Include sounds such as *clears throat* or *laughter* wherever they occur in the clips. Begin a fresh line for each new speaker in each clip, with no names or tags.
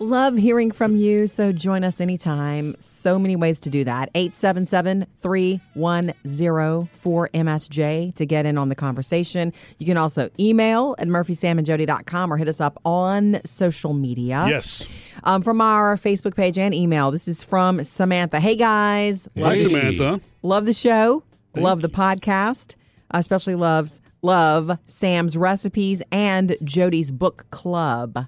Love hearing from you, so join us anytime. So many ways to do that. 877 310 4MSJ to get in on the conversation. You can also email at murphysamandjody.com or hit us up on social media.
Yes.
Um, from our Facebook page and email, this is from Samantha. Hey, guys.
Hi,
Love the-
Samantha.
Love the show. love the podcast. Especially loves love Sam's recipes and Jody's book club.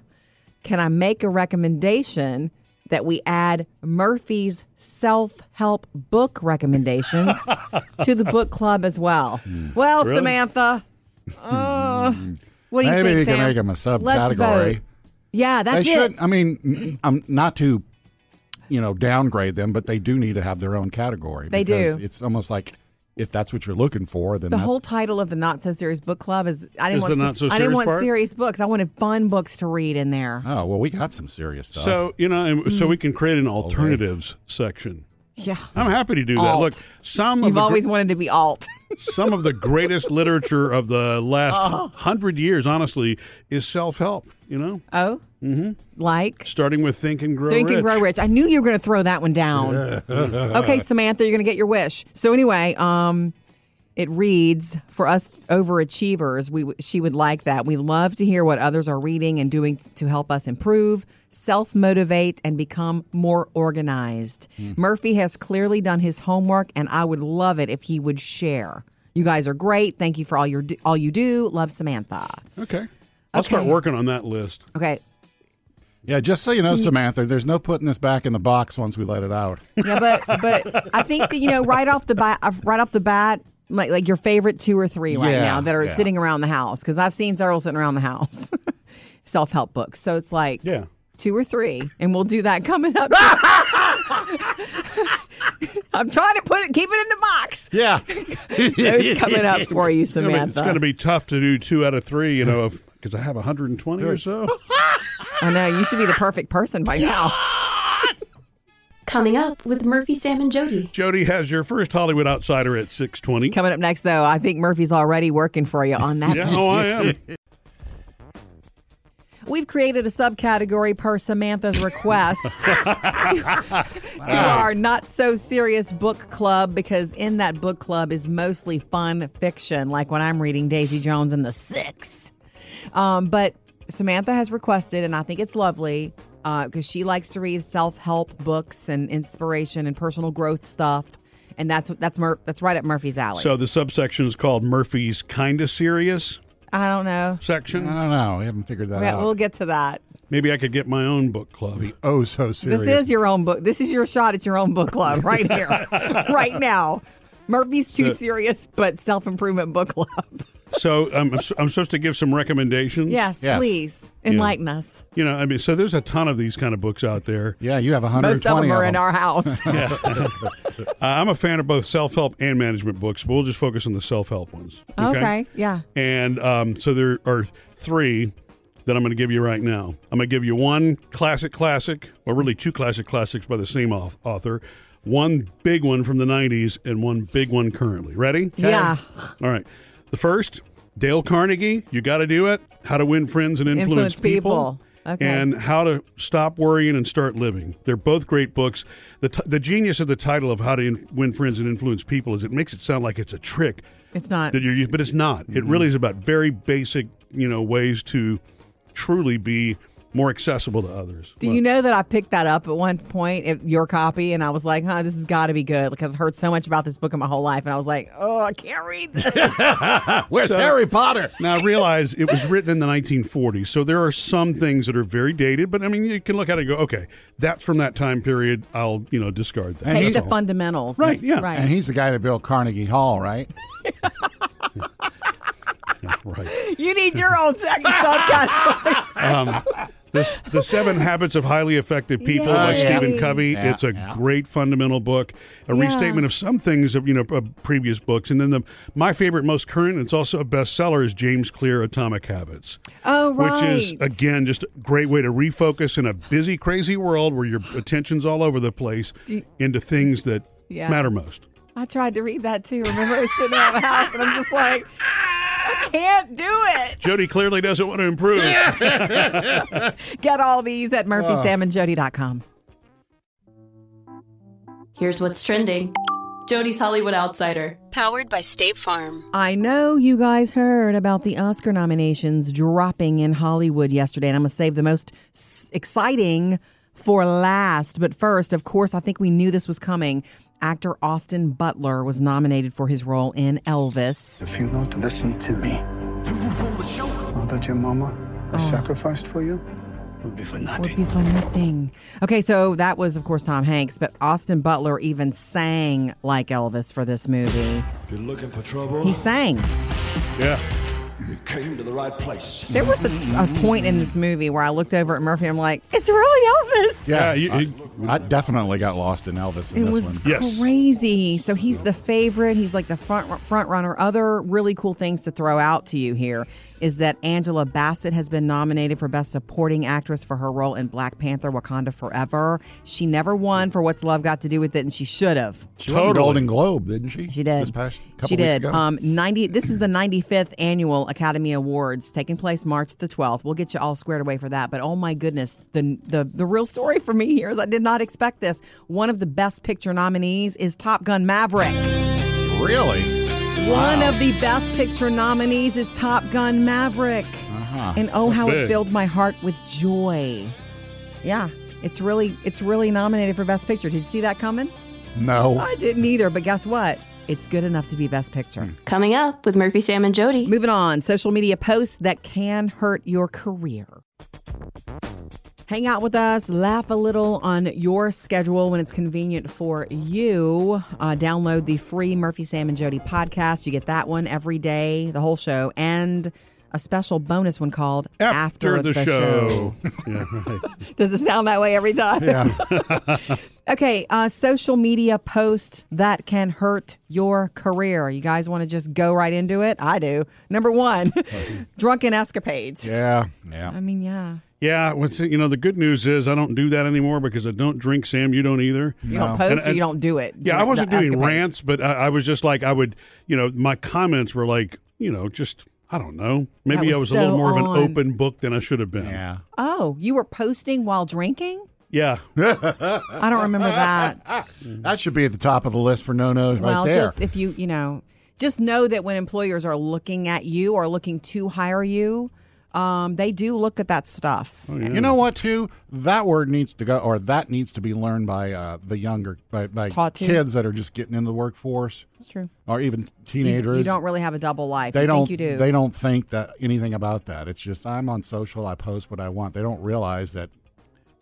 Can I make a recommendation that we add Murphy's self-help book
*laughs*
recommendations to the book club as well?
Hmm.
Well,
Really?
Samantha, uh, what do you
Maybe
think,
we can
Sam?
make 'em a
Let's
subcategory.
vote. Yeah, that's
they
it.
should. I mean, I'm not to, you know, downgrade them, but they do need to have their own category.
They
because
do.
It's almost like if that's what you're looking for, then
The
that-
whole title of the not so serious book club is I didn't
Is
want
the not so
I didn't
serious
want
part?
serious books. I wanted fun books to read in there.
Oh well, we got some serious stuff.
So, you know, and
Hmm.
so we can create an alternatives section.
Yeah.
I'm happy to do that.
Alt.
Look, some of
You've
the gr-
always wanted to be alt.
*laughs* some of the greatest literature of the last
Oh.
hundred years, honestly, is self help. You know,
Oh? Like?
starting with Think and Grow
Think
Rich.
and grow rich. I knew you were going to throw that one down. okay, Samantha, you're going to get your wish. So anyway, um, it reads for us overachievers. We w- she would like that. We love to hear what others are reading and doing t- to help us improve, self motivate, and become more organized. Murphy has clearly done his homework, and I would love it if he would share. You guys are great. Thank you for all your d- all you do. Love Samantha.
Okay, I'll start
Okay.
working on that list.
Okay,
yeah, just so you know, Samantha, there's no putting this back in the box once we let
*laughs*
it out.
Yeah, but but I think that you know right off the bat, right off the bat, like like your favorite two or three right
Yeah,
now that are
yeah.
sitting around the house because I've seen several sitting around the house, *laughs* self help books. So it's like
Yeah.
two or three, and we'll do that coming
*laughs*
up. *laughs* I'm trying to put it, keep it in the box.
Yeah,
It's coming up for you,
I
Samantha.
mean, *laughs* it's going to be tough to do two out of three. You know,
*laughs*
because I have 120 or so.
I know you should be the perfect person by now.
Coming up with Murphy, Sam, and Jody.
Jody has your first Hollywood outsider at 6:20.
Coming up next, though, I think Murphy's already working for you on that.
Yeah, oh, I am.
We've created a subcategory per Samantha's request *laughs* to, to our not so serious book club because in that book club is mostly fun fiction, like when I'm reading Daisy Jones and the Six. Um, but Samantha has requested, and I think it's lovely because she likes to read self help books and inspiration and personal growth stuff, and that's that's Mur- that's right up Murphy's alley.
So the subsection is called Murphy's Kinda Serious
I don't know.
section.
I don't know. We haven't figured that
Yeah,
out.
We'll get to that.
Maybe I could get my own book club.
oh, so serious.
This is your own book. This is your shot at your own book club right here, right now. Murphy's too serious, but self improvement book club.
So um, I'm, I'm supposed to give some recommendations.
Yes,
Yes.
please enlighten us.
You know, I mean, so there's a ton of these kind of books out there.
yeah, you have 120
Most of them are in
them.
our house.
Uh, I'm a fan of both self help and management books, but we'll just focus on the self help ones.
okay, yeah.
And um, so there are three that I'm going to give you right now. I'm going to give you one classic classic, or really two classic classics by the same au- author, one big one from the 90s, and one big one currently. Ready?
Yeah.
All right. The first, Dale Carnegie, You Got to Do It How to Win Friends and Influence,
Influence People. Okay.
And How to Stop Worrying and Start Living. They're both great books. The, t- the genius of the title of How to in- Win Friends and Influence People is it makes it sound like it's a trick
It's not.
that you're using, but it's not. It really is about very basic, you know, ways to truly be more accessible to others.
Do you know that I picked that up at one point, at your copy, and I was like, huh, this has got to be good. Like, I've heard so much about this book in my whole life, and I was like, oh, I can't read this.
*laughs* Where's Harry Potter?
Now I realize it was written in the 1940s, so there are some things that are very dated. But I mean, you can look at it and go, okay, that's from that time period. I'll you know discard that.
Take
he's
the
all-
fundamentals.
Right, yeah.
And
Right.
he's the guy that built Carnegie Hall, right?
Yeah, right.
You need your own second subcategory.
Um, this
*laughs*
the Seven Habits of Highly Effective People by
Yay.
Stephen Covey.
Yeah,
it's a
yeah.
great fundamental book, a
Yeah.
restatement of some things of you know of previous books, and then the my favorite, most current, and it's also a bestseller is James Clear Atomic Habits.
*laughs* Oh, right.
Which is again just a great way to refocus in a busy, crazy world where your attention's all over the place
you-
into things that
Yeah.
matter most.
I tried to read that too. Remember, I was sitting around the house, and I'm just like, Can't do it.
Jody clearly doesn't want to improve.
Get all these at murphysamandjody.com.
Here's what's trending Jody's Hollywood Outsider.
Powered by State Farm.
I know you guys heard about the Oscar nominations dropping in Hollywood yesterday, and I'm going to save the most s- exciting for last. But first, of course, I think we knew this was coming. Actor Austin Butler was nominated for his role in Elvis.
If you don't listen to me, all that your mama has sacrificed for you would be for
Would
nothing.
be for nothing. Okay, so that was, of course, Tom Hanks, but Austin Butler even sang like Elvis for this movie.
If you're looking for trouble,
He sang.
yeah.
you came to the right place.
There was a, t- a point in this movie where I looked over at Murphy. I'm like, it's really Elvis.
Yeah,
Yeah,
you-
I,
you-
I definitely got lost in Elvis in
It
this
was
one.
Yes.
crazy. So he's the favorite. He's like the front front runner. Other really cool things to throw out to you here is that Angela Bassett has been nominated for Best Supporting Actress for her role in Black Panther: Wakanda Forever. She never won for What's Love Got to Do with It, and she should have.
She won the
Totally.
Golden Globe, didn't she?
She did.
This past couple
she
weeks
did.
ago.
Um, ninety. This is the ninety-fifth annual Academy Awards taking place March the twelfth. We'll get you all squared away for that. But oh my goodness, the the the real story for me here is I did not expect this. One of the Best Picture nominees is Top Gun Maverick.
really?
One of the Best Picture nominees is Top Gun Maverick.
Uh-huh.
And oh,
That's
how it
big.
filled my heart with joy. Yeah, it's really it's really nominated for Best Picture. Did you see that coming?
No.
I didn't either, but guess what? It's good enough to be Best Picture.
Coming up with Murphy, Sam, and Jody.
Moving on, social media posts that can hurt your career. Hang out with us, laugh a little on your schedule when it's convenient for you. Uh, download the free Murphy, Sam, and Jody podcast. You get that one every day, the whole show, and a special bonus one called
After, the, show. *laughs* yeah, right.
Does it sound that way every time?
Yeah.
*laughs* Okay, uh, social media posts that can hurt your career. You guys want to just go right into it? I do. Number one, *laughs* drunken escapades.
Yeah. Yeah.
I mean, yeah.
Yeah, what's you know the good news is I don't do that anymore because I don't drink. Sam, you don't either.
You don't post
And-
or
and-
you don't do it.
Yeah, I
The
wasn't doing
escapades.
rants, but I, I was just like I would. You know, my comments were like you know just I don't know. Maybe
That
I
was
was a little
so
more of
on.
an open book than I should have been.
Yeah.
Oh, you were posting while drinking?
Yeah.
I don't
*laughs*
remember that.
That should be at the top of the list for no nos
well,
right there.
just if you, you know, just know that when employers are looking at you or looking to hire you, um, they do look at that stuff.
Oh,
you know what? Too that word needs to go, or that needs to be learned by uh, the younger, by, by
Taught to.
kids that are just getting into the workforce,
It's true.
or even
You,
teenagers.
you don't really have a double life.
they
you
don't.
think you do.
They don't think that anything about that. It's just I'm on social. I post what I want. They don't realize that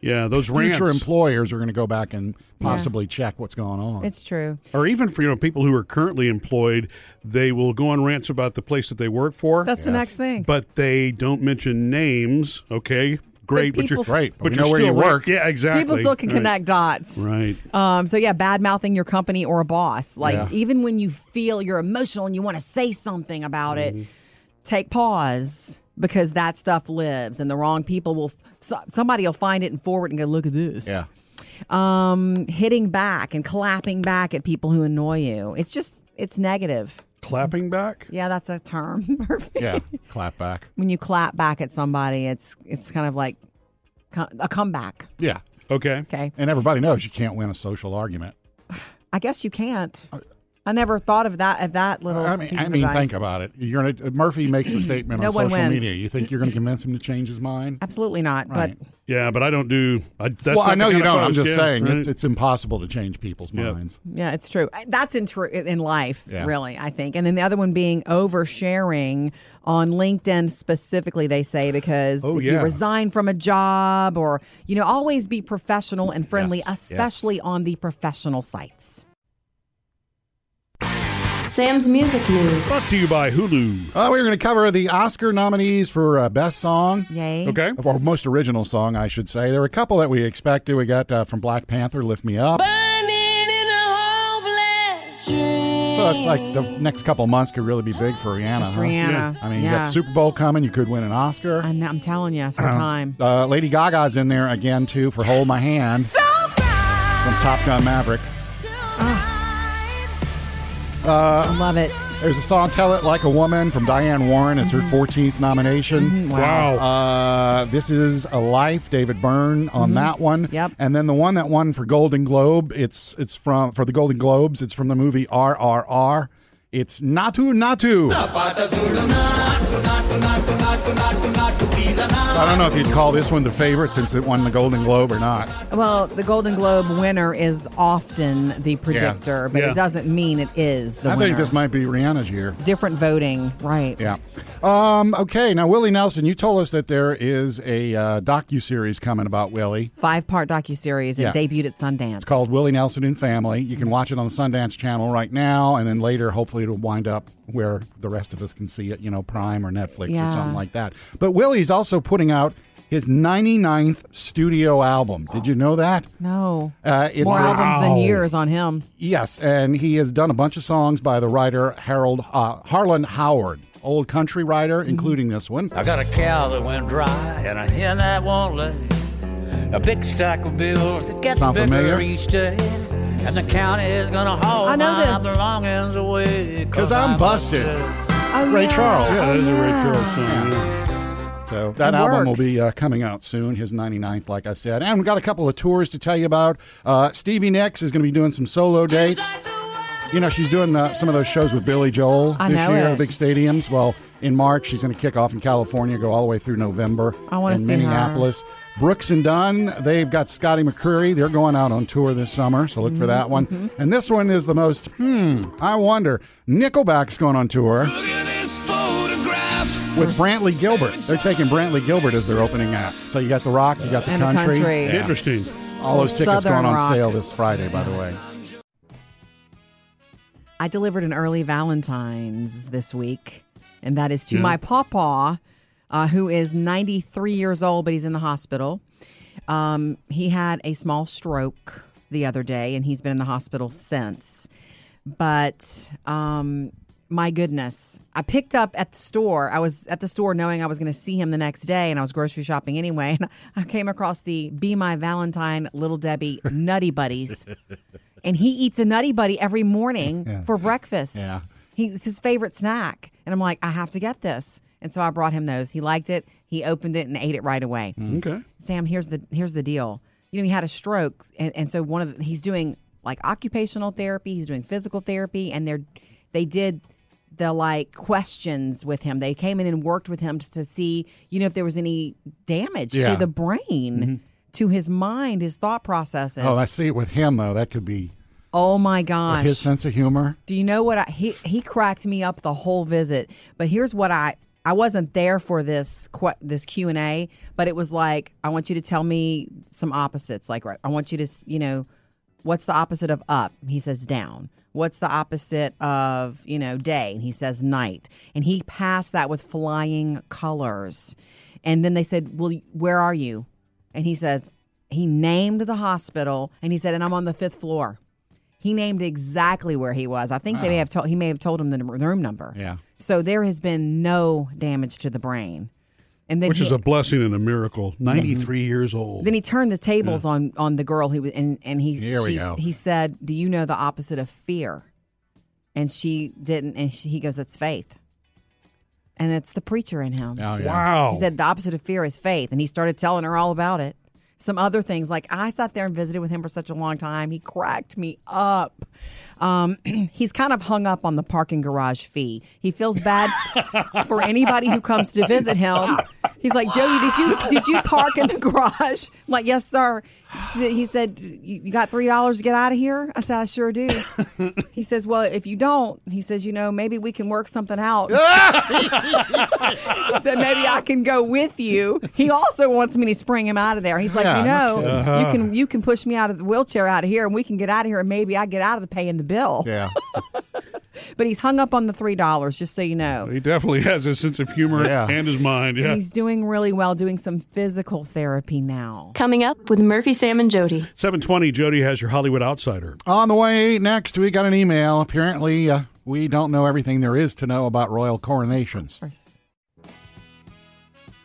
Yeah, those rants,
future employers are going to go back and possibly check what's going on.
it's true.
or even for you know people who are currently employed, they will go on rants about the place that they work for.
That's the next thing.
but they don't mention names. Okay, great, but,
people-
you're
Great, but
But
we
you're
know where
still
you
right-
work.
Yeah, exactly.
People still can
Right.
connect dots.
Right.
Um, so yeah, bad mouthing your company or a boss. Like
Yeah.
even when you feel you're emotional and you want to say something about it,
Mm-hmm.
take pause because that stuff lives, and the wrong people will. So, somebody will find it and forward and go, "Look at this."
yeah.
Um, hitting back and clapping back at people who annoy you. It's just it's negative.
Clapping back.
Yeah, that's a term. *laughs* Murphy.
Yeah. Clap back.
When you clap back at somebody, it's it's kind of like co- a comeback.
Yeah.
Okay.
Okay.
And everybody knows you can't win a social argument.
I guess you can't. I never thought of that of that little.
Uh, I mean,
piece
I
of
mean,
advice.
think about it. You're gonna Murphy makes
*clears throat*
a statement
No
on
one
social
wins.
media. You think you're going to convince him to change his mind?
Absolutely not.
Right.
But
Yeah, but I don't do. I, that's
well,
not
I know
the
you
kind of
don't. I'm
post,
just
yeah,
saying
right.
it's, it's impossible to change people's
Yeah.
minds.
yeah, it's true. That's in true in life,
Yeah.
really. I think. And then the other one being oversharing on LinkedIn specifically. They say because
Oh,
if you
yeah.
resign from a job or you know, always be professional and friendly,
Yes, yes.
especially on the professional sites.
Sam's Music News.
Brought to you by Hulu.
Uh, we're going to cover the Oscar nominees for uh, best song.
Yay.
Okay.
Or most original song, I should say. There were a couple that we expected. We got uh, from Black Panther, "Lift Me Up." So it's like the next couple months could really be big for Rihanna.
That's
huh?
Rihanna.
Yeah.
Uh-huh. I mean, you
yeah.
got Super Bowl coming. You could win an Oscar.
I know, I'm telling you, it's
*clears throat*
her time.
Uh, Lady Gaga's in there again too for "Hold
Ah.
My Hand" from Top Gun Maverick.
Love it.
There's a song "Tell It Like a Woman" from Diane Warren. It's
Mm-hmm.
her 14th nomination.
Wow.
Uh, this is a life, David Byrne on that one.
Mm-hmm. Yep.
And then the one that won for Golden Globe, it's it's from for the Golden Globes. It's from the movie RRR. It's Natu Natu. I don't know if you'd call this one the favorite since it won the Golden Globe or not.
Well, the Golden Globe winner is often the predictor, but
Yeah.
it doesn't mean it is the
I
winner.
think this might be Rihanna's year.
Different voting, right?
Yeah. Um, okay. Now, Willie Nelson, you told us that there is a uh, docu series coming about Willie.
Five part docuseries. It
Yeah.
debuted at Sundance.
It's called Willie Nelson and Family. You can watch it on the Sundance Channel right now, and then later, hopefully, it'll wind up where the rest of us can see it, you know, Prime or Netflix or
Yeah.
something like that. But Willie's also putting out his 99th studio album. Did you know that?
No.
Uh, it's
More
a-
albums
Wow.
than years on him.
Yes, and he has done a bunch of songs by the writer Harold uh, Harlan Howard, old country writer,
Mm-hmm.
including this one.
I got a cow that went dry and a hen that won't lay. A big stack of bills that gets
Sound
bigger
familiar?
each day. And the county is gonna haul
I know
my
this.
belongings away.
'Cause I'm busted.
Oh,
Ray
yeah.
Charles.
yeah, that is a Ray
yeah.
Charles song. yeah.
Ah,
So that
It
album
works.
will be uh, coming out soon, his 99th, like I said. And we've got a couple of tours to tell you about. Uh, Stevie Nicks is going to be doing some solo dates. You know, she's doing the, some of those shows with Billy Joel
I
this
know
year,
it.
big stadiums. Well, in March, she's going to kick off in California, go all the way through November
I wanna
in
see her.
Minneapolis. Brooks and Dunn, they've got Scotty McCreery. They're going out on tour this summer, so look for that one.
Mm-hmm.
And this one is the most, hmm, I wonder. Nickelback's going on tour with Brantley Gilbert. They're taking Brantley Gilbert as their opening act. So you got the rock, you got the
And the
country.
country.
Yeah.
Interesting.
All those tickets
Southern
going on
rock.
sale this Friday, by the way.
I delivered an early Valentine's this week, and that is to
Yeah.
my papa, uh, who is 93 years old, but he's in the hospital. Um, he had a small stroke the other day, and he's been in the hospital since. But um, my goodness, I picked up at the store. I was at the store knowing I was going to see him the next day, and I was grocery shopping anyway. And I came across the Be My Valentine Little Debbie Nutty Buddies and he eats a nutty buddy every morning for breakfast.
Yeah.
He, it's his favorite snack. And I'm like, I have to get this. And so I brought him those. He liked it. He opened it and ate it right away.
Okay.
Sam, here's the here's the deal. You know, he had a stroke, and, and so one of the, he's doing like occupational therapy. He's doing physical therapy, and they're they did the like questions with him. They came in and worked with him just to see you know if there was any damage
Yeah. Mm-hmm.
to the brain, to his mind, his thought processes.
Oh, I see it with him, though. That could be
oh my gosh!
his sense of humor.
Do you know what I he he cracked me up the whole visit. But here's what I I wasn't there for this que- this Q&A, but it was like I want you to tell me some opposites like right, I want you to, s- you know, what's the opposite of up? He says down. What's the opposite of, you know, day? And he says night. And he passed that with flying colors. And then they said, "Well, where are you?" And he says he named the hospital and he said, "And I'm on the 5th floor." He named exactly where he was. I think they may have told he may have told him the num- room number.
Yeah.
So there has been no damage to the brain, and then
Which
he,
is a blessing and a miracle. 93 years old.
then he turned the tables on on the girl who was and and he
Hmm. Here we
she,
go.
he said, "Do you know the opposite of fear?" And she didn't. And she, he goes, "That's faith," and it's the preacher in him.
Oh, yeah.
Wow.
He said the opposite of fear is faith, and he started telling her all about it. Some other things like I sat there and visited with him for such a long time. He cracked me up. Um, *clears throat* he's kind of hung up on the parking garage fee. He feels bad for anybody who comes to visit him. He's like, Joey, did you did you park in the garage? I'm like, yes, sir. He said, you you got three dollars to get out of here. I said, I sure do. He says, well, if you don't, he says, you know, maybe we can work something
*laughs*
out. He said maybe I can go with you. He also wants me to spring him out of there. He's like,
Yeah,
you
no
know, you can you can push me out of the wheelchair out of here, and we can get out of here, and maybe I get out of the paying the bill.
Yeah.
But he's hung up on the three dollars, just so you know.
He definitely has a sense of humor
Yeah.
and his mind.
And
Yeah.
he's doing really well, doing some physical therapy now.
Coming up with Murphy, Sam, and Jody.
720, Jody has your Hollywood Outsider.
On the way next, we got an email. Apparently, uh, we don't know everything there is to know about royal coronations.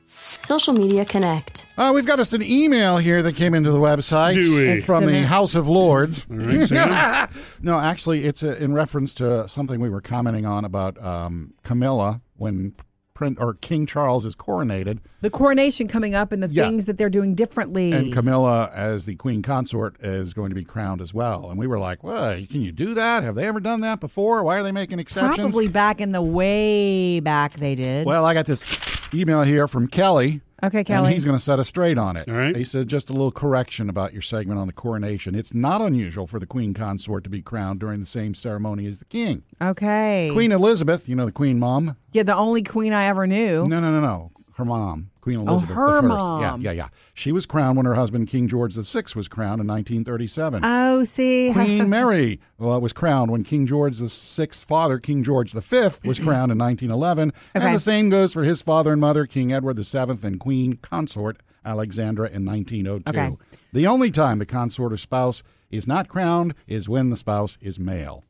Social Media Connect.
Uh, we've got us an email here that came into the website
Do we?
from the
Excellent.
House of Lords.
right, Sam.
*laughs* no, actually, it's uh in reference to something we were commenting on about um, Camilla when Prince or King Charles is coronated,
The coronation coming up and the
Yeah.
things that they're doing differently.
and Camilla as the queen consort is going to be crowned as well. And we were like, "Well, can you do that? Have they ever done that before? Why are they making exceptions?"
Probably back in the way back they did.
Well, I got this email here from Kelly.
Okay, Kelly.
And he's going to set us straight on it.
All right.
He said just a little correction about your segment on the coronation. It's not unusual for the queen consort to be crowned during the same ceremony as the king.
okay.
Queen Elizabeth, you know the queen mom?
Yeah, the only queen I ever knew.
No, no, no, no. Her mom, Queen Elizabeth
Oh. her
the first.
mom.
Yeah, yeah, yeah. She was crowned when her husband King George VI was crowned in 1937.
Oh, see. *laughs*
Queen Mary well, was crowned when King George VI's father, King George V, was crowned in 1911.
Okay.
And the same goes for his father and mother, King Edward VII and Queen Consort Alexandra in 1902.
Okay.
The only time the consort or spouse is not crowned is when the spouse is male.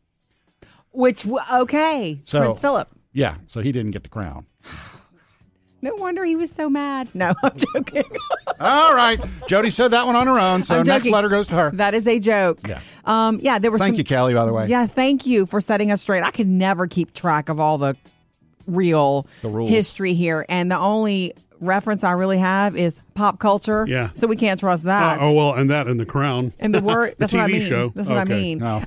Which, w- okay.
So-
Prince Philip.
Yeah, so he didn't get
*laughs*
the crown.
No wonder he was so mad. No, *laughs* I'm
*laughs*
joking.
All right. Jody said that one on her own, so
I'm
next
joking.
letter goes to her.
that is a joke.
Yeah.
Um, yeah, there were
Thank
some-
you, Callie, by the way.
Yeah, thank you for setting us straight. I could never keep track of all the real
The rules.
history here, and the only reference I really have is pop culture.
Yeah.
so we can't trust that.
oh well, and that and the crown.
Ah, And the
*laughs*
*laughs*
word that's
TV
what I mean.
show.
That's what
Okay.
I mean.
No.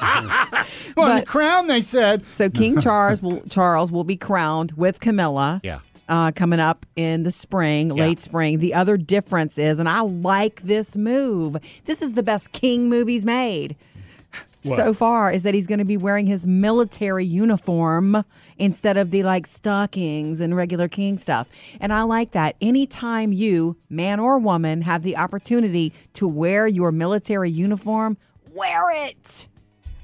well,
But-
the crown, they said.
So King Charles will Charles will be crowned with Camilla.
Yeah.
Uh, coming up in the spring, late spring. The other difference is, and I like this move. This is the best King movies made so far. Is that he's going to be wearing his military uniform instead of the like stockings and regular King stuff. And I like that. Anytime you, man or woman, have the opportunity to wear your military uniform, wear it.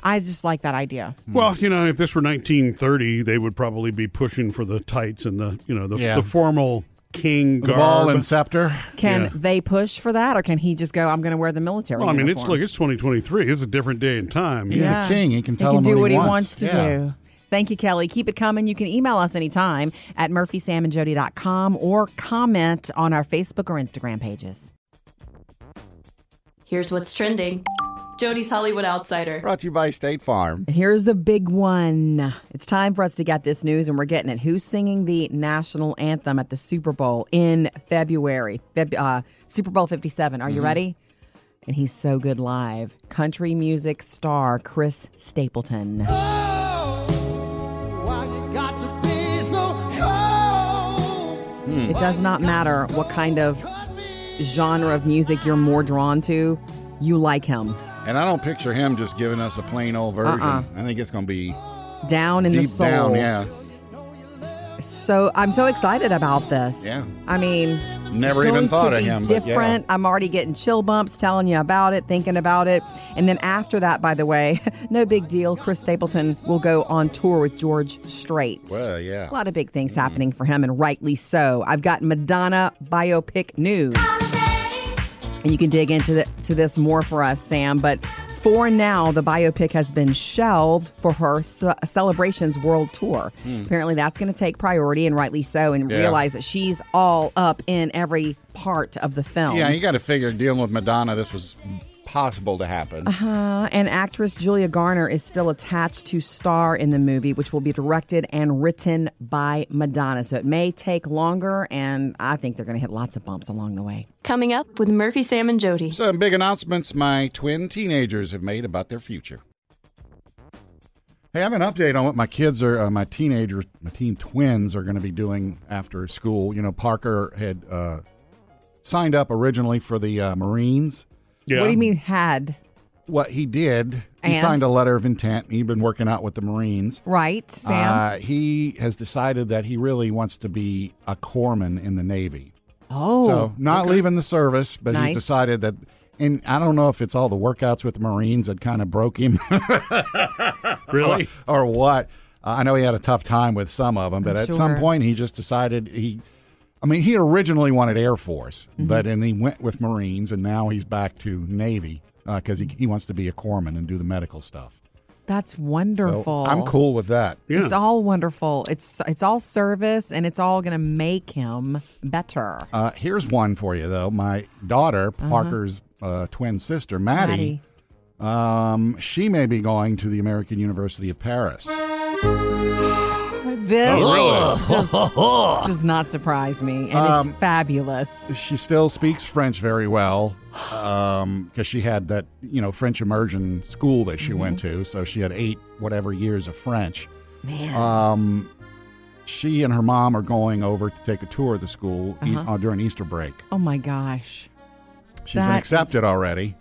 I just like that idea.
Well, you know, if this were 1930, they would probably be pushing for the tights and the you know the,
Yeah.
the formal king
The ball
garb.
and scepter.
Can
Yeah.
they push for that, or can he just go? I'm going to wear the military.
well, I mean, it's
uniform"?
look, it's 2023. It's a different day and time.
He's
Yeah.
the king. He can
He
tell
can
him
do
what,
what
he
he
wants,
wants to
Yeah.
do. Thank you, Kelly. Keep it coming. You can email us anytime at murphysamandjody.com or comment on our Facebook or Instagram pages.
Here's what's trending Jody's Hollywood Outsider.
Brought to you by State Farm.
Here's the big one. It's time for us to get this news, and we're getting it. Who's singing the national anthem at the Super Bowl in February? Feb- uh, Super Bowl 57. Are you ready? And he's so good live. Country music star Chris Stapleton. It does not matter what kind of genre of music you're more drawn to, you like him.
And I don't picture him just giving us a plain old version.
Uh-uh.
I think it's going to be
Down in the
deep
soul.
down, yeah.
So I'm so excited about this.
Yeah.
I mean,
Never
It's
even
going
thought
to
of
be
him. but yeah.
Different. I'm already getting chill bumps telling you about it, thinking about it. And then after that, by the way, *laughs* no big deal. Chris Stapleton will go on tour with George Strait.
Well, yeah.
A lot of big things happening for him, and rightly so. I've got Madonna biopic news, and you can dig into the, to this more for us, Sam. But for now, the biopic has been shelved for her Ce- Celebrations World Tour. Apparently, that's going to take priority, and rightly so. And
Hmm. Yeah.
realize that she's all up in every part of the film.
Yeah, you got to figure dealing with Madonna, this was possible to happen.
Uh, and actress Julia Garner is still attached to star in the movie, which will be directed and written by Madonna. So it may take longer, and I think they're going to hit lots of bumps along the way.
Coming up with Murphy, Sam, and Jody.
Some big announcements my twin teenagers have made about their future. Hey, I have an update on what my kids are, uh, my teenagers, my teen twins are going to be doing after school. You know, Parker had uh, signed up originally for the uh, Marines.
Yeah.
What do you mean had?
What he did, he
And?
signed a letter of intent. He'd been working out with the Marines.
Right, Sam?
Uh, he has decided that he really wants to be a corpsman in the Navy.
oh,
so not leaving the service, but
Nice.
he's decided that. And I don't know if it's all the workouts with the Marines that kind of broke him *laughs* Oh,
Really?
or what. Uh, I know he had a tough time with some of them, but
I'm
at some
sure.
point he just decided he. I mean, he originally wanted Air Force,
Mm-hmm.
but and he went with uh, Marines, and now he's back to Navy because he, he wants to be a corpsman and do the medical stuff.
That's
So
wonderful.
I'm cool with that.
Yeah.
It's all wonderful. It's it's all service, and it's all going to make him better.
Uh, here's one for you though. My daughter,
Uh-huh.
Parker's uh, twin sister, Maddie,
Maddie.
um, she may be going to the American University of Paris. Oh,
This does, *laughs*
*laughs*
does not surprise me, and
Um,
it's fabulous.
She still speaks French very well because she had that you know French immersion school that she went to, so she had eight whatever years of French.
Mm-hmm.
Um,
Man,
She and her mom are going over to take a tour of the school e-
Uh-huh.
uh, during Easter break.
oh my gosh,
She's been
That is-
accepted already.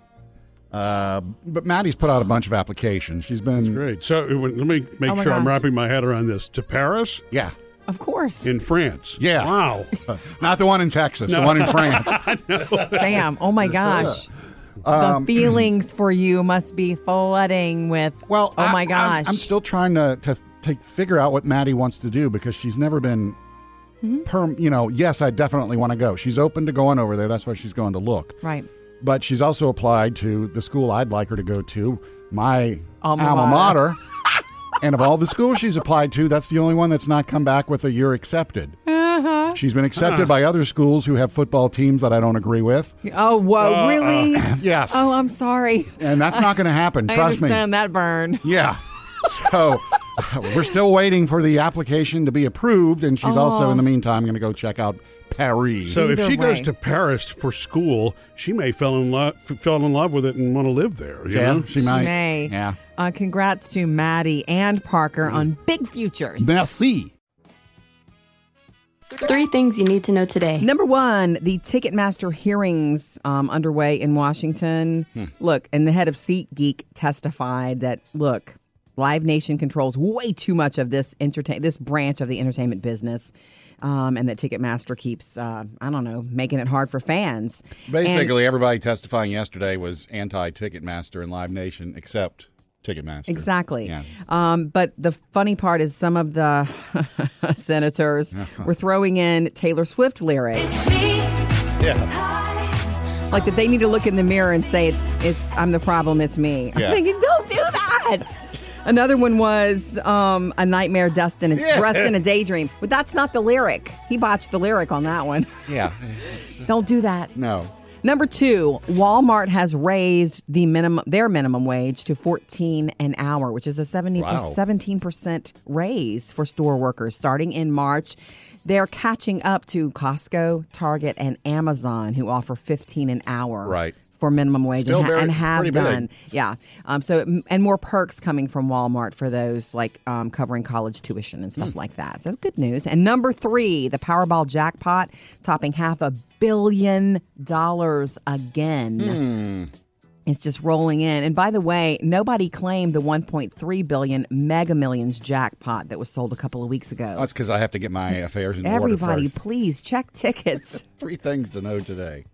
Uh, but Maddie's put out a bunch of applications. She's been
Great. So uh, let me make
Oh my
sure I'm
gosh.
wrapping my head around this. To Paris
yeah,
of course,
in France.
Yeah.
Wow.
not the one in Texas, the one
*laughs*
in France.
Sam. Oh
*laughs*
my gosh,
Um,
the feelings for you must be flooding with.
Well,
oh
I-
my
I'm-
gosh,
I'm, still trying to to, to figure out what Maddie wants to do because she's never been.
Mm-hmm.
Perm, you know, yes, I definitely want to go. She's open to going over there. That's why she's going to look.
right.
But she's also applied to the school I'd like her to go to, my
Alma
alma,
mater. *laughs*
mater. and of all the schools she's applied to, that's the only one that's not come back with a "you're accepted."
Uh-huh.
She's been accepted by other schools who have football teams that I don't agree with.
Oh whoa, really?
Uh, *laughs* Yes,
Oh, I'm sorry.
and that's not going to
*laughs*
happen.
I
Trust me.
understand that burn.
Yeah. So *laughs* we're still waiting for the application to be approved, and she's also in
Oh.
the meantime going to go check out Paris.
So if
Either
she goes
way.
to Paris for school, she may fell in love fell in love with it and want to live there. you
yeah,
know?
she might.
May.
Yeah. Mm-hmm.
Uh, congrats to Maddie and Parker on big futures.
Merci.
Three things you need to know today.
Number one, the Ticketmaster hearings um, underway in Washington.
Hmm.
Look, and the head of SeatGeek testified that look, Live Nation controls way too much of this entertain this branch of the entertainment business, um, and that Ticketmaster keeps uh, I don't know making it hard for fans. And-
Basically, everybody testifying yesterday was anti Ticketmaster and Live Nation except Ticketmaster.
Exactly.
Yeah.
Um, but the funny part is some of the *laughs*
*laughs*
senators were throwing in Taylor Swift lyrics.
Yeah.
like that they need to look in the mirror and say it's it's I'm the problem, it's me.
Yeah.
I'm thinking, don't do that. Another one was um, a nightmare dressed in a,
Yeah.
dressed in a daydream, but that's not the lyric. He botched the lyric on that
*laughs*
one.
Yeah.
don't do that.
No.
Number two, Walmart has raised the minimum their minimum wage to fourteen an hour, which is a seventy
Wow.
seventeen percent raise for store workers starting in March. They're catching up to Costco, Target, and Amazon, who offer fifteen an hour
Right.
for minimum wage
Still
and, ha-
very-
and
pretty
have
big.
done. Yeah. Um, so and more perks coming from Walmart for those like um, covering college tuition and stuff
Mm.
like that. So good news. And number three, the Powerball jackpot topping half a billion dollars again.
Hmm.
It's just rolling in. And by the way, nobody claimed the 1.3 billion Mega Millions jackpot that was sold a couple of weeks ago.
That's because I have to get my affairs in order
Everybody,
first.
please check tickets. *laughs*
Three things to know today.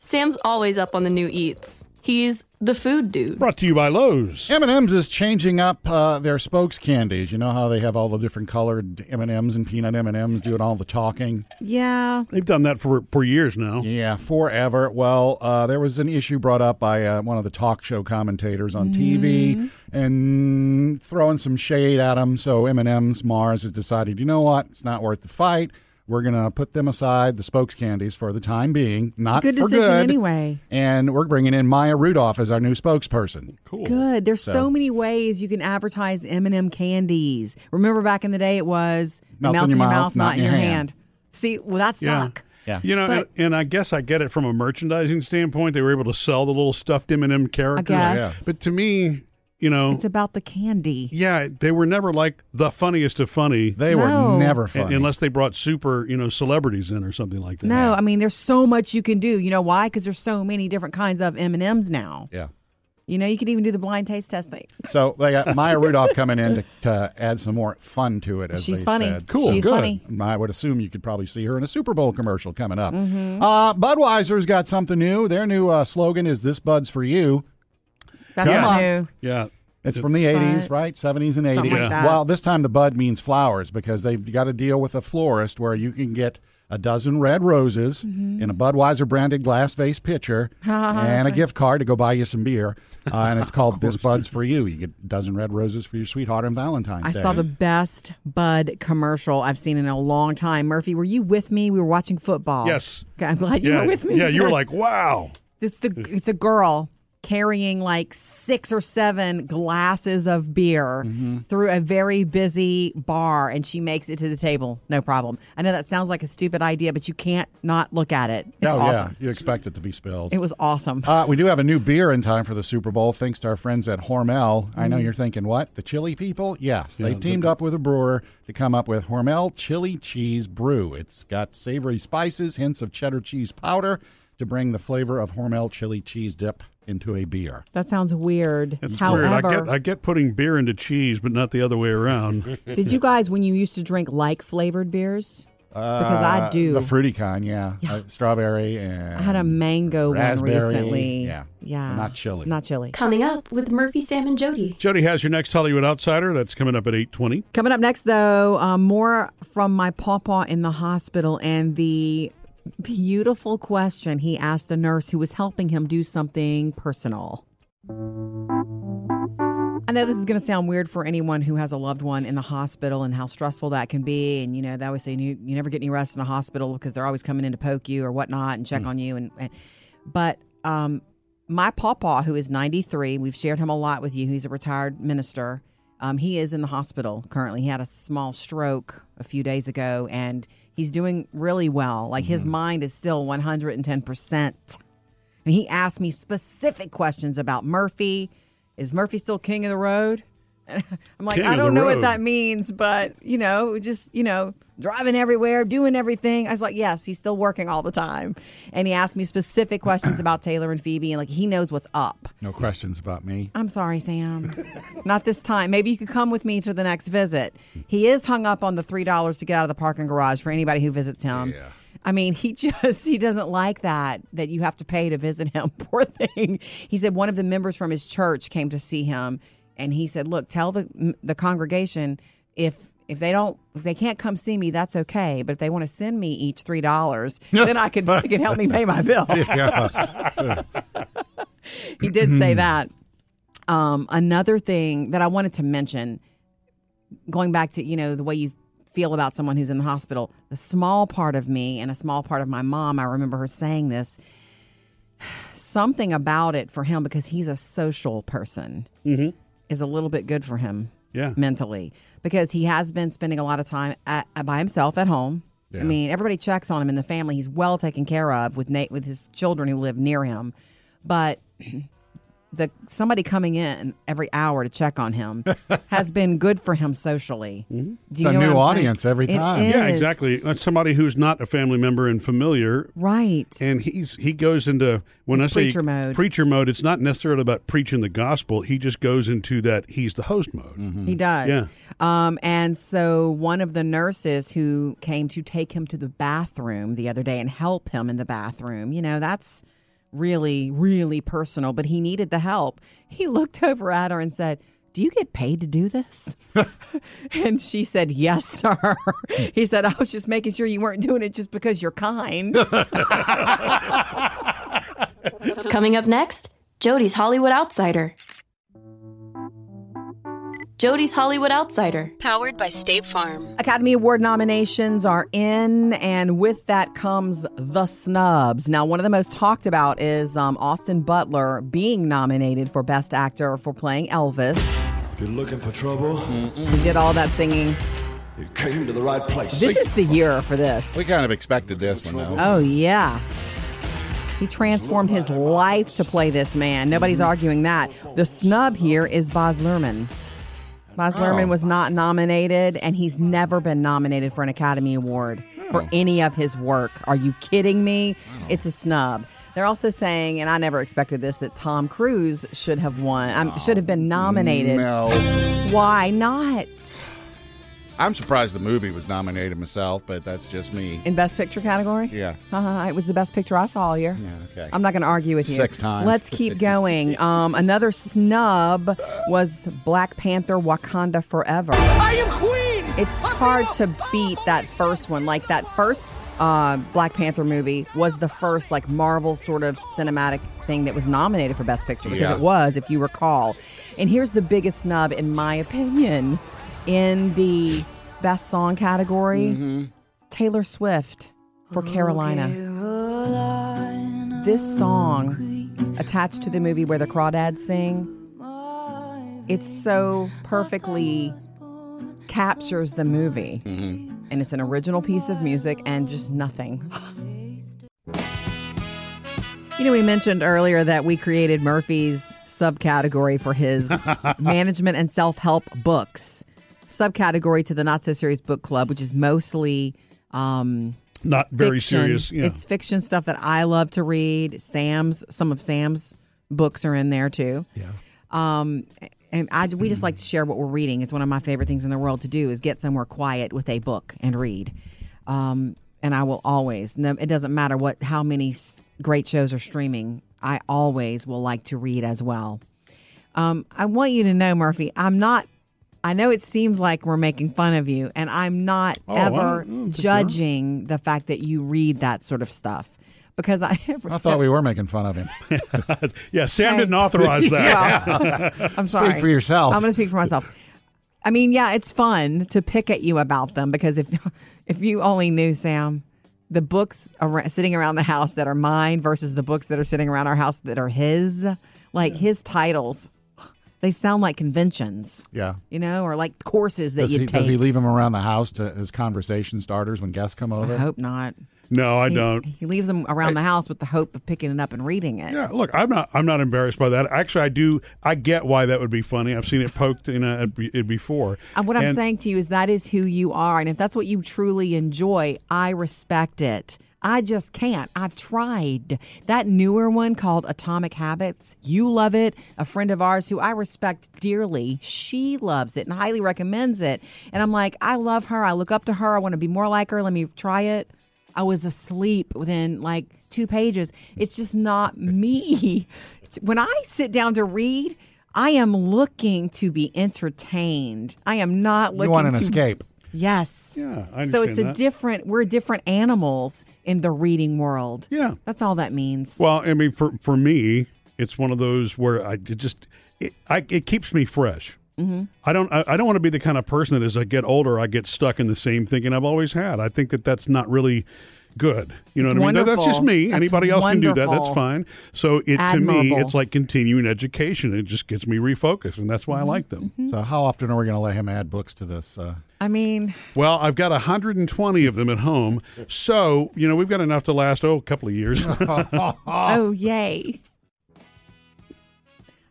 Sam's always up on the new eats. He's the food dude.
Brought to you by Lowe's.
M&M's is changing up uh, their spokes candies. You know how they have all the different colored M&Ms and peanut M&Ms doing all the talking?
yeah.
They've done that for for years now.
Yeah, forever. Well, uh, there was an issue brought up by uh, one of the talk show commentators on
Mm.
TV and throwing some shade at them. So M&M's Mars has decided, you know what? It's not worth the fight. We're going to put them aside, the spokes candies, for the time being. Not
Good
for
decision
good.
anyway.
And we're bringing in Maya Rudolph as our new spokesperson.
Good. There's so, many ways you can advertise M&M candies. Remember back in the day, it was
Melts in
melt
your
in your
mouth,
mouth, not, in your hand. See, well, that
Yeah.
stuck.
Yeah.
You know,
But-
and, and I guess I get it from a merchandising standpoint. They were able to sell the little stuffed M&M characters.
guess. Yeah.
But to me, you know,
It's about the candy.
yeah, they were never like the funniest of funny,
They
No.
were never
un-
funny.
unless they brought super, you know, celebrities in or something like that.
No, I mean, there's so much you can do. You know why? Because there's so many different kinds of M&Ms now.
yeah.
You know, you can even do the blind taste test thing.
So they got
*laughs*
Maya Rudolph coming in to, to add some more fun to it, as
She's
they
funny.
said.
Cool,
She's
good.
funny.
I would assume you could probably see her in a Super Bowl commercial coming up. Uh, Budweiser's got something new. Their new uh, slogan is "This Bud's for You."
That's
Come
not
on.
new.
Yeah.
It's, from the '80s,
Bud.
right? '70s and
Something
'80s.
like that.
Well, this time the Bud means flowers because they've got to deal with a florist where you can get a dozen red roses
Mm-hmm.
in a Budweiser branded glass
*laughs*
vase pitcher,
Ah,
and a gift card to go buy you some beer.
*laughs*
Uh, and it's called This Bud's for You. You get a dozen red roses for your sweetheart on Valentine's
I
Day.
saw the best Bud commercial I've seen in a long time. Murphy, were you with me? We were watching football.
Yes.
Okay, I'm glad you
yeah,
were with me.
Yeah, you were
because
like, wow.
It's the it's a girl carrying like six or seven glasses of beer through a very busy bar, and she makes it to the table, no problem. I know that sounds like a stupid idea, but you can't not look at it. It's
oh,
awesome.
yeah. You expect it to be spilled.
It was awesome.
Uh, we do have a new beer in time for the Super Bowl, thanks to our friends at Hormel. I
Mm-hmm.
know you're thinking, what? The chili people? Yes. They've teamed up with a brewer to come up with Hormel Chili Cheese Brew. It's got savory spices, hints of cheddar cheese powder to bring the flavor of Hormel chili cheese dip into a beer.
that sounds weird.
It's weird. I
However,
get, I get putting beer into cheese, but not the other way around.
did you guys when you used to drink like flavored beers? because I
Uh,
do.
The fruity kind, yeah. Uh, strawberry and.
I had a mango one
Raspberry,
recently.
yeah.
Yeah.
Not chili.
Not chili.
Coming up with Murphy, Sam, and Jody.
Jody has your next Hollywood Outsider. That's coming up at 820.
Coming up next, though, um, more from my pawpaw in the hospital and the beautiful question he asked the nurse who was helping him do something personal. I know this is going to sound weird for anyone who has a loved one in the hospital and how stressful that can be. And, you know, they always say you, you never get any rest in the hospital because they're always coming in to poke you or whatnot and check on you. And, and But um, my pawpaw, who is 93, we've shared him a lot with you. He's a retired minister. Um, he is in the hospital currently. He had a small stroke a few days ago and he's doing really well. Like his mind is still 110%. And he asked me specific questions about Murphy. Is Murphy still king of the road? *laughs* I'm like,
King
I
of the
don't know what
road.
that means, but you know, just you know, driving everywhere, doing everything. I was like, yes, he's still working all the time. And he asked me specific questions about Taylor and Phoebe, and like he knows what's up.
No questions about me.
I'm sorry, Sam. Not this time. Maybe you could come with me to the next visit. He is hung up on the three dollars to get out of the parking garage for anybody who visits him. I mean, he *laughs* just he doesn't like that that you have to pay to visit him. *laughs* Poor thing. He said one of the members from his church came to see him, and he said, "Look, tell the the congregation if." If they don't, if they can't come see me, that's okay. But if they want to send me each three dollars, then I could, it could help me pay my bill. *laughs* he did say that. Um, another thing that I wanted to mention, going back to you know the way you feel about someone who's in the hospital, the small part of me and a small part of my mom. I remember her saying this. *sighs* Something about it for him because he's a social person is a little bit good for him
Yeah.
mentally because he has been spending a lot of time at, at- by himself at home. I mean, everybody checks on him in the family. He's well taken care of with Nate with his children who live near him, but *clears throat* the somebody coming in every hour to check on
*laughs*
him has been good for him socially. Do you
Mm-hmm. It's a
know what
new
I'm saying?
audience every
It
time.
is.
Yeah, exactly. That's somebody who's not a family member and familiar.
Right.
And he's he goes into when I say
Preacher mode.
Preacher mode. It's not necessarily about preaching the gospel. He just goes into that he's the host mode.
He does.
Yeah.
Um, and so one of the nurses who came to take him to the bathroom the other day and help him in the bathroom, you know, that's really, really personal, but he needed the help. He looked over at her and said, do you get paid to do this? and she said, Yes, sir. he said, I was just making sure you weren't doing it just because you're kind.
Coming up next, Jody's Hollywood Outsider. Jody's Hollywood Outsider.
Powered by State Farm.
Academy Award nominations are in, and with that comes the snubs. Now, one of the most talked about is um, Austin Butler being nominated for Best Actor for playing Elvis.
If you're looking for trouble,
He did all that singing.
you came to the right place.
This is the year for this.
We kind of expected this one, though.
Oh, yeah. He transformed his life to play this man. Nobody's
Mm-hmm.
arguing that. The snub here is Boz Luhrmann.
Oh.
Boz Luhrmann was not nominated, and he's never been nominated for an Academy Award
Hmm.
for any of his work. Are you kidding me? It's a snub. They're also saying, and I never expected this, that Tom Cruise should have won. Um, should have been nominated.
Oh, No.
Why not?
I'm surprised the movie was nominated myself, but that's just me.
In Best Picture category?
Yeah.
Uh-huh. It was the best picture I saw all year.
okay.
I'm not going to argue with you.
Six times.
Let's
*laughs*
keep going. Um, another snub was Black Panther Wakanda Forever. I am queen! It's hard to beat that first one. Like that first uh, Black Panther movie was the first like Marvel sort of cinematic thing that was nominated for Best Picture because
Yeah.
it was, if you recall. And here's the biggest snub, in my opinion, in the Best Song category Taylor Swift for Carolina. This song attached to the movie where the crawdads sing, it's so perfectly captures the movie. And it's an original piece of music and just nothing. You know, we mentioned earlier that we created Murphy's subcategory for his management and self help books, subcategory to the Not So Serious Book Club, which is mostly. Um,
Not very
fiction.
serious. Yeah.
It's fiction stuff that I love to read. Sam's some of Sam's books are in there too. Yeah. Um, and I we just like to share what we're reading. It's one of my favorite things in the world to do is get somewhere quiet with a book and read. Um, and I will always. No, it doesn't matter what how many s- great shows are streaming. I always will like to read as well. Um, I want you to know, Murphy, I'm not. I know it seems like we're making fun of you, and I'm not
Oh, I
ever
don't- I don't think we are.
judging the fact that you read that sort of stuff because I. *laughs*
I thought we were making fun of him.
yeah, Sam
Okay.
didn't
*laughs*
authorize that.
Well, I'm sorry.
for yourself.
I'm going to speak for myself. I mean, yeah, it's fun to pick at you about them because if *laughs* if you only knew, Sam, the books ar- sitting around the house that are mine versus the books that are sitting around our house that are his, like his titles, *sighs* they sound like conventions,
Yeah.
you know, or like courses that
Does
you
he,
take.
does he leave him around the house to, as conversation starters when guests come
I
over?
hope not.
No, I
He-
don't.
He, leaves them around the house with the hope of picking it up and reading it.
Yeah, look, I'm not. I'm not embarrassed by that. Actually, I do. I get why that would be funny. I've seen it poked in a, it before.
And Uh, what I'm
And-
saying to you is that is who you are. And if that's what you truly enjoy, I respect it. I just can't. I've tried. That newer one called Atomic Habits, you love it. A friend of ours who I respect dearly, she loves it and highly recommends it. And I'm like, I love her. I look up to her. I want to be more like her. Let me try it. I was asleep within like two pages. It's just not me. It's- When I sit down to read, I am looking to be entertained. I am not looking
You want an
to
escape.
Yes.
Yeah, I
so it's a
understand that.
different. We're different animals in the reading world.
Yeah.
That's all that means.
Well, I mean, for for me, it's one of those where I it just it, I, it keeps me fresh. Mm-hmm. I don't I, I don't want to be the kind of person that as I get older, I get stuck in the same thinking I've always had. I think that that's not really good. You know
It's
what I mean? That- That's just
wonderful.
me.
That's
Anybody else can do that. That's
wonderful.
fine. So it to me,
Admirable.
it's like continuing education. It just gets me refocused, and that's why
Mm-hmm.
I like them.
Hmm?
So, how often are we going to let him add books to this? Uh,
I mean,
Well, I've got 120 of them at home, so you know we've got enough to last oh a couple
*laughs*
of years.
oh yay!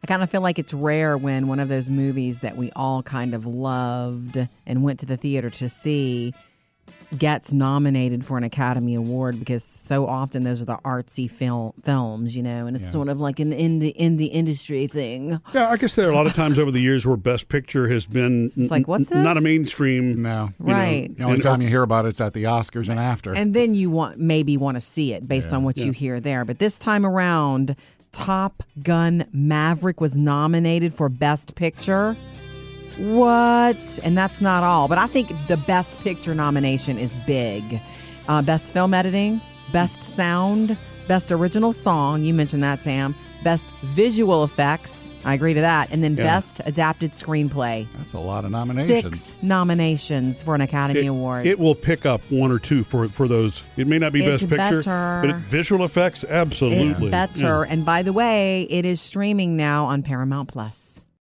I kind of feel like it's rare when one of those movies that we all kind of loved and went to the theater to see gets nominated for an Academy Award because so often those are the artsy film films, you know, and it's sort of like an in the in the industry thing.
Yeah, I guess there are a lot of times over the years where Best Picture has been
It's like, what's this?
not a mainstream.
no.
you know,
Right.
The only
and- uh,
time you hear about it's at the Oscars and after.
And then you want maybe want to see it based on what you hear there. But this time around, Top Gun Maverick was nominated for Best Picture. What? And that's not all. But I think the Best Picture nomination is big. Uh, best Film Editing, Best Sound, Best Original Song. You mentioned that, Sam. Best Visual Effects. I agree to that. And then
Yeah.
Best Adapted Screenplay.
That's a lot of nominations.
Six nominations for an Academy
It,
Award.
it will pick up one or two for for those. It may not be
It's
Best Picture,
better.
but it, visual effects, absolutely.
It's better. And by the way, it is streaming now on Paramount Plus.